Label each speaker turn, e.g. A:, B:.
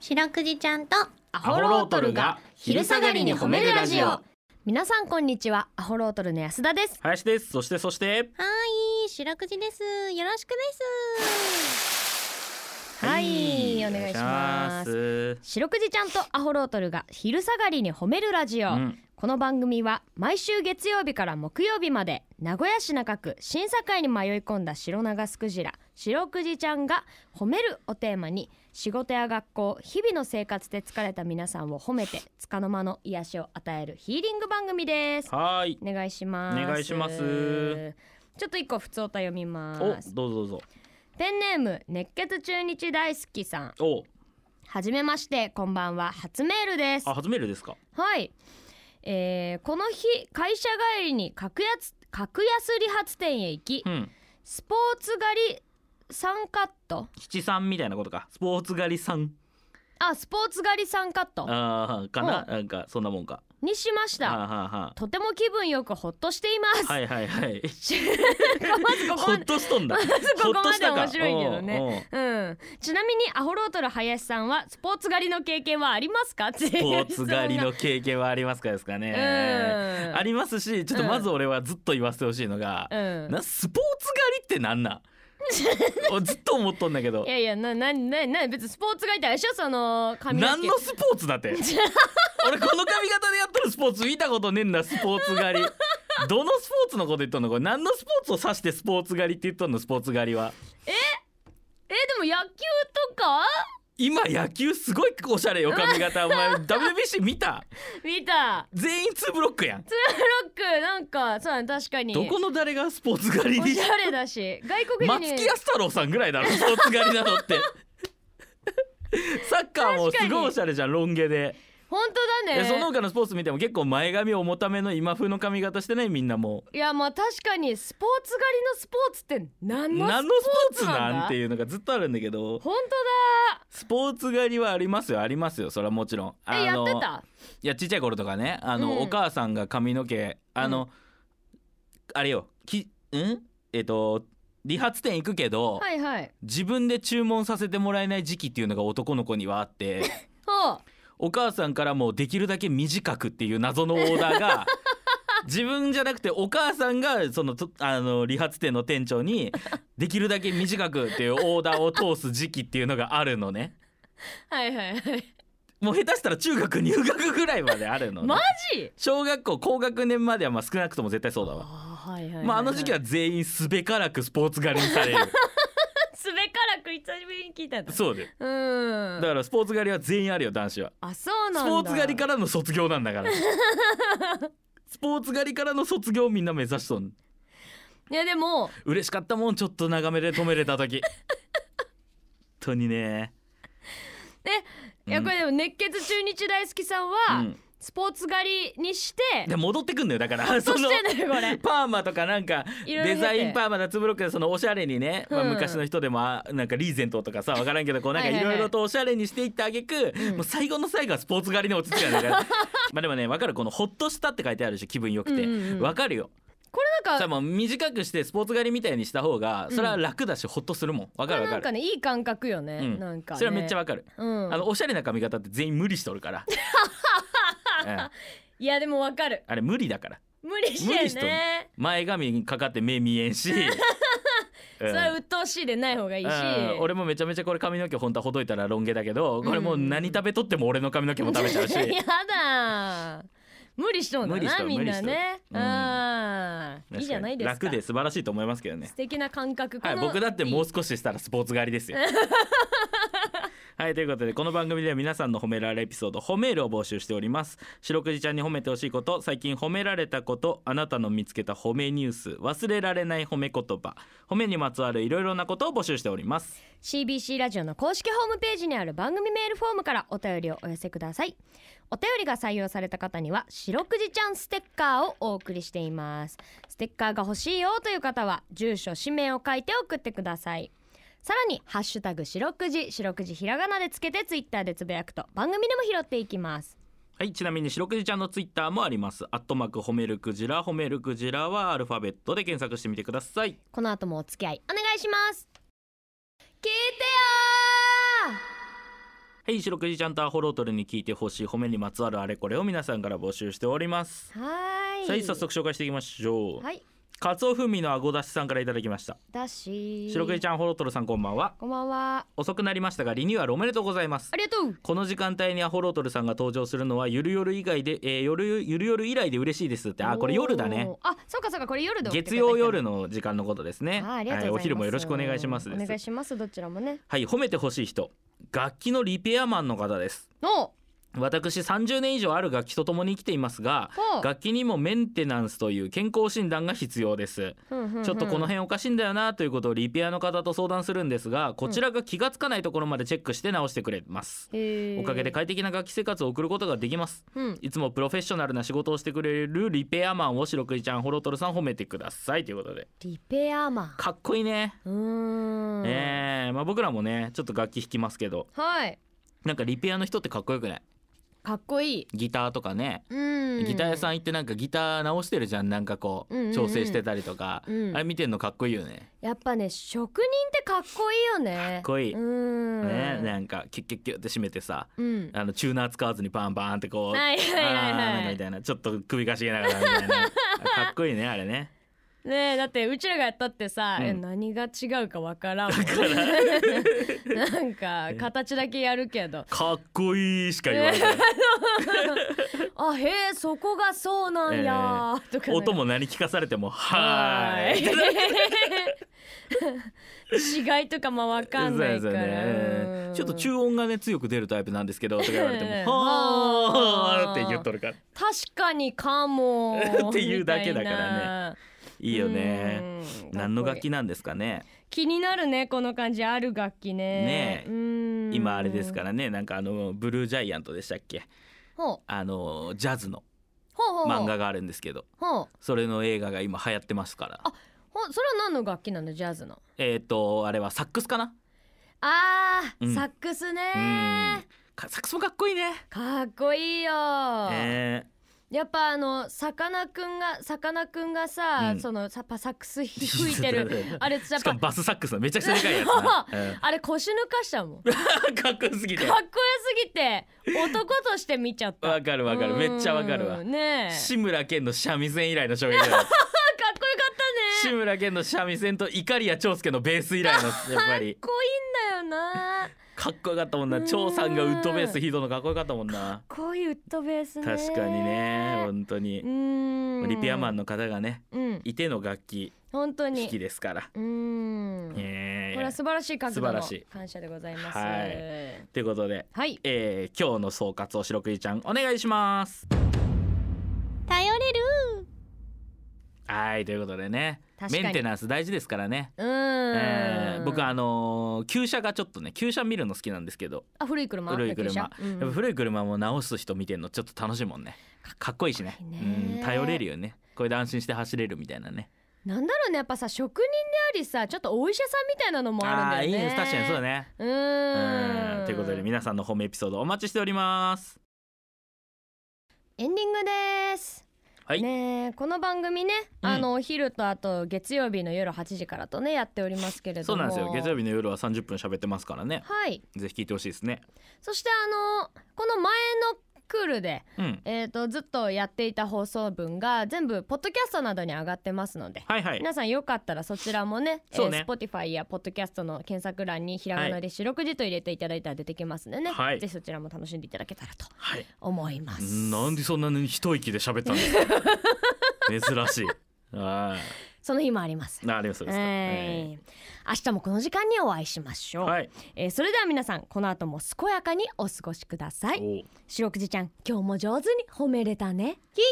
A: 白くじちゃんと
B: ア
C: ホロートルが昼下がりに褒めるラジオ
B: 皆さんこんにちはアホロートルの安田です
C: 林ですそしてそして
A: はい白くじですよろしくです
B: はい、お願いします白くじちゃんとアホロートルが昼下がりに褒めるラジオ、
C: うん
B: この番組は毎週月曜日から木曜日まで名古屋市中区審査会に迷い込んだ白長スクジラ白くじちゃんが「褒める」をテーマに仕事や学校日々の生活で疲れた皆さんを褒めて束の間の癒しを与えるヒーリング番組です
C: はーい
B: お願いします
C: お願いします
B: ちょっと一個普通歌読み
C: お
B: ます
C: どうぞどうぞ
B: ペンネーム熱血中日大好きさん
C: お
B: はじめましてこんばんは初メールです
C: あ初メールですか
B: はい、えーこの日会社帰りに格安格安理髪店へ行き
C: うん
B: スポーツ狩り3カット
C: 七三みたいなことかスポーツ狩りさん
B: あスポーツ狩り3カット
C: あーかななんかそんなもんか
B: にしまし
C: あー
B: た
C: は
B: とても気分よくほっとしています、
C: ーはーはいはいはい
B: まずここ
C: ほ
B: ま
C: っ
B: で
C: としとんだほっ
B: こまで
C: としたか
B: 面白いけどね
C: おう おう
B: うん、ちなみにアホロートル林さんはスポーツ狩りの経験はありますかス
C: スポーツ狩りの経験はありますかですか
B: う
C: ね
B: ん
C: ありますしちょっとまず俺はずっと言わせてほしいのが
B: うん
C: なスポーツ狩りってなん なんおずっと思っとんだけど
B: いやいやなななな別にスポーツ狩りってあれでしょその髪の毛
C: 何のスポーツだって 俺この髪型でやっとるスポーツ見たことねえんだスポーツ狩りどのスポーツのこと言っとんのこれ何のスポーツを指してスポーツ狩りって言っとんのスポーツ狩りは
B: えでも野球とか
C: 今野球すごいおしゃれよ髪型 お前 WBC 見た
B: 見た
C: 全員2ブロックやん
B: ロックなんかそうだね確かに
C: どこの誰がスポーツ狩り
B: お
C: に
B: しゃれだし外国人
C: 松
B: に
C: 木安太郎さんぐらいだろスポーツ狩りなのって サッカーもすごいおしゃれじゃんロン毛で、
B: 本当だ
C: え
B: ね
C: その他のスポーツ見ても結構前髪重ための今風の髪型してないみんなもう
B: いやまあ確かにスポーツ狩りのスポーツって何の
C: 何のスポーツなんて
B: う
C: いうのがずっとあるんだけど
B: 本
C: スポーツ狩りはありますよありますよそれはもちろん
B: 当だえやってた
C: いやちっちゃい頃とかねあの、
B: うん
C: お母さんが髪の毛あの、あれよきんえっと理髪店行くけど、
B: はいはい
C: 自分で注文させてもらえない時期っていうのが男の子にはあって
B: ほう
C: お母さんからもうできるだけ短くっていう謎のオーダ ーが自分じゃなくてお母さんがそのとあの理髪店の店長にできるだけ短くっていうオーダーを通す時期っていうのがあるのね
B: はいはいはい
C: もう下手したら中学入学ぐらいまであるのね、
B: マジ
C: 小学校高学年まではまあ少なくとも絶対そうだわ。
B: あーはいはいいい
C: まああの時期は全員すべからくスポーツ狩りにさ れる
B: すべからく久しぶりに聞いたんだ
C: そうで
B: う
C: だか
B: ん
C: らスポーツ狩りは全員あるよ男子は
B: あそう
C: ス
B: なんだ
C: ポーツ狩りからの卒業なん だからスポーツ狩りからの卒業をみんな目指しとん
B: いやでも
C: 嬉しかったもんちょっと長めで止めれた時本当にね
B: いや
C: うん
B: これでも熱血中日大好きさん
C: う
B: は
C: ん
B: スポーツ狩りにして
C: で戻ってくんだよ だから
B: そ
C: その
B: してねこ れ
C: パーマとかなんか
B: いろいろ
C: デ
B: 経て
C: ザインパーマだツブロックでそのおしゃれにね、まあ、
B: うん
C: 昔の人でもあなんかリーゼントとかさわからんけどこうなんか
B: はい
C: い
B: はいは
C: ろ
B: い
C: いろとおしゃれにしていったあげく
B: うん
C: もう最後の最後はスポーツ狩りに落ち着くやんだから まあでもねわかるこの「ほっとした」って書いてあるし気分よくて
B: うんうんうん
C: わ、かるよ
B: これなん
C: さ
B: か
C: あもう短くしてスポーツ狩りみたいにした方がそれは楽だし、ほっとするもん
B: こ
C: わかる
B: れ
C: わ
B: な
C: か
B: んか
C: る。
B: ねいい感覚よね、
C: うん
B: なんか、ね、
C: それはめっちゃわかる、
B: うん
C: あのおしゃれな髪型って全員無理しと るから、うん
B: いやでもわかる
C: あれ無理だから
B: 無理し
C: 無
B: て
C: 理しとんの
B: ね
C: 前髪にかかって目見え んし、う
B: そ
C: ん
B: れは鬱陶しいでない方がいいし、
C: うん、俺もめちゃめちゃこれ髪の毛本当はほどいたらロン毛だけどこれもう何食べとっても俺の髪の毛も食べちゃ うし、
B: やだ無理しとんだ
C: 無理し
B: な
C: とん
B: みんなね
C: 無理しとんうん
B: あーいいじゃないですか
C: 楽で素晴らしいと思いますけどね
B: 素敵な感覚
C: はい
B: この
C: 僕だってもう少ししたらスポーツ狩りですよ はいということでこの番組では皆さんの褒められエピソード褒めるを募集しております白くじちゃんに褒めてほしいこと最近褒められたことあなたの見つけた褒めニュース忘れられない褒め言葉褒めにまつわるいろいろなことを募集しております
B: CBC ラジオの公式ホームページにある番組メールフォームからお便りをお寄せくださいお便りが採用された方には「白くじちゃんステッカー」をお送りしていますステッカーが欲しいよという方は住所氏名を書いて送ってくださいさらに「ハッシュタグ白くじ」白くじひらがなでつけてツイッターでつぶやくと番組でも拾っていきます
C: はい、ちなみに白くじちゃんのツイッターもあります。アットマーク褒めるクジラ、褒めるクジラはアルファベットで検索してみてください。
B: この後もお付き合いお願いします聞いてよー
C: はい白くじちゃんとアホロートルに聞いてほしい褒めにまつわるあれこれを皆さんから募集しております
B: はーい
C: さあ早速紹介していきましょう、
B: はい
C: カツオ風味のあごだしさんからいただきました
B: だし
C: 白くじち
B: ゃん
C: ゃんホロトルさんこんばんは
B: こんばんは
C: 遅くなりましたがリニューアルおめでとうございます
B: ありがとう
C: この時間帯にアホロートルさんが登場するのはゆるよる以外で、えー、夜ゆるよる以来で嬉しいですってあこれ夜だね
B: おーあそうかそうかこれ夜だ
C: 月曜夜の時間のことですね
B: あーありがとうございます、
C: はい、お昼もよろしくお願いします
B: お
C: です
B: 願いしますどちらもね
C: はい褒めてほしい人楽器のリペアマンの方です
B: の
C: 私30年以上ある楽器と共に生きていますが
B: ほう
C: 楽器にもメンテナンスという健康診断が必要ですちょっとこの
B: 辺
C: 辺おかしいんだよなということをリペアの方と相談するんですがこちらが気がつかないところまでチェックして直してくれますおかげで快適な楽器生活を送ることができます
B: うん
C: いつもプロフェッショナルな仕事をしてくれるリペアマンを白クイちゃんホロトルさん褒めてくださいということで
B: リペアマン
C: かっこいいね、
B: うーん
C: えーまあ、僕らもねちょっと楽器弾きますけど
B: はい
C: なんかリペアの人ってかっこよくない
B: かっこいい
C: ギターとかね、
B: うん
C: ギター屋さん行ってなんかギター直してるじゃんなんかこ
B: うんうんう
C: うん調整してたりとか、
B: うん
C: あれ見てんのかっこいいよね、
B: やっぱね職人ってかっこいいよねかっ
C: こいいう
B: ーん
C: ねなんかキュッキュッキュッって締めてさ
B: うん
C: あのチューナー使わずにバンバンってこう、
B: はいはいはい
C: あーなん
B: は
C: か
B: い
C: みたいなちょっと首かしげながらみ たいなかっこいいねあれね
B: ねえだってうちらがやったってさ、
C: うん
B: え何が違うかわからんもん なんか形だけやるけど
C: かっこいいしか言わない
B: あへえそこがそうなんやー、とかなんか
C: 音も何聞かされても「はーい」
B: 違いとかもわかんない
C: そ
B: か
C: う
B: ら、
C: ですよねちょっと
B: うん
C: 中音がね強く出るタイプなんですけどとか言われても
B: うん
C: 「はー」って言っとるから
B: 確かにかも
C: っていうだけだからね
B: ね
C: いいよね何の楽器なんですかね
B: 気になるねこの感じある楽器ね
C: ねえ今あれですかららねなんかあのブルージャイアントでしたっけ
B: ほう
C: あのジャズの
B: ほうほうほう
C: 漫画があるんですけど
B: ほう
C: それの映画が今流行ってますから
B: あほうそれは何の楽器なのジャズの
C: えっとあれはサックスかな
B: あー、
C: うん
B: サックスね
C: うんかサックスもかっこいいね
B: かっこいいよ、
C: ね
B: やっぱあのさかなクンがさかなクンがさ、
C: うん
B: そのさサックス吹いて るあれやっ
C: しか
B: ぱ
C: もバスサックスのめちゃくちゃでかいやつな、 うん
B: あれ腰抜かしたもんかっ
C: かっこよすぎ
B: こ
C: て
B: よすぎて男として見ちゃった
C: わかるわかるめっちゃわかるわ
B: うんねえ
C: 志村けんの三味線以来の衝撃 だよ
B: あかっこよかったね
C: 志村けんの三味線と怒りや長介のベース以来のやっぱり
B: かっこいいんだよな
C: かっこよかったもんな
B: うん
C: 長さんがウッドベース弾いとんのかっこよかったもんな
B: こういうウッドベースね
C: 確かにね本当に
B: うん
C: リペアマン
B: の
C: の方がね
B: うん
C: いての楽器
B: 本当
C: 弾き
B: に
C: ですから
B: うん
C: え
B: これは
C: ー
B: 素晴らしい角度の
C: 素晴らしい
B: 感謝でございます
C: はということで
B: はい
C: えー今日の総括を白くじちゃんお願いします
A: 頼れる
C: はいということでね
B: 確か
C: メ
B: に
C: ンテナンス大事ですからね
B: う
C: え
B: ー
C: ー
B: ん
C: 僕あのー旧車がちょっとね旧車見るの好きなんですけど
B: あ古い車
C: 古い車
B: 旧車うん
C: やっぱ古い車も直す人見てんのちょっと楽しいもんねかっこいいしね
B: かっこいいね
C: うん、頼れるよねこれで安心して走れるみたいなね
B: なんだろうねやっぱさ職人でありさちょっとお医者さんみたいなのもあるんだよね
C: あーいいね確かにそうだね
B: うー
C: うんんということで皆さんの褒めエピソードお待ちしております
B: エンディングです
C: はい
B: ねえこの番組ね、
C: うん
B: あのお昼とあと月曜日の夜8時からとねやっておりますけれど
C: そう
B: も
C: なんですよ月曜
B: 日
C: 日の夜は30分喋ってますからね
B: はい
C: ぜひ聞いてほしいですね
B: そしてあのこの前のクールで、
C: うん
B: えー、とずっとやっていた放送分が全部ポッドキャストなどに上がってますので
C: はいはい
B: 皆さんよかったらそちらもね
C: そうね
B: えー Spotify やポッドキャストの検索欄にひらがなで「四六時」と入れていただいたら出てきますんでね、
C: はい
B: ぜひそちらも楽しんでいただけたらと
C: はい
B: 思います
C: なんでそんなに一息で喋ったんですか 珍しいあ
B: その日もあります
C: ーなありますそうですか
B: えー明日もこの時間にお会いしましょう、
C: はい
B: えーそれでは皆さんこの後も健やかにお過ごしください
C: お
B: 四六時ちゃん今日も上手に褒めれたねキキー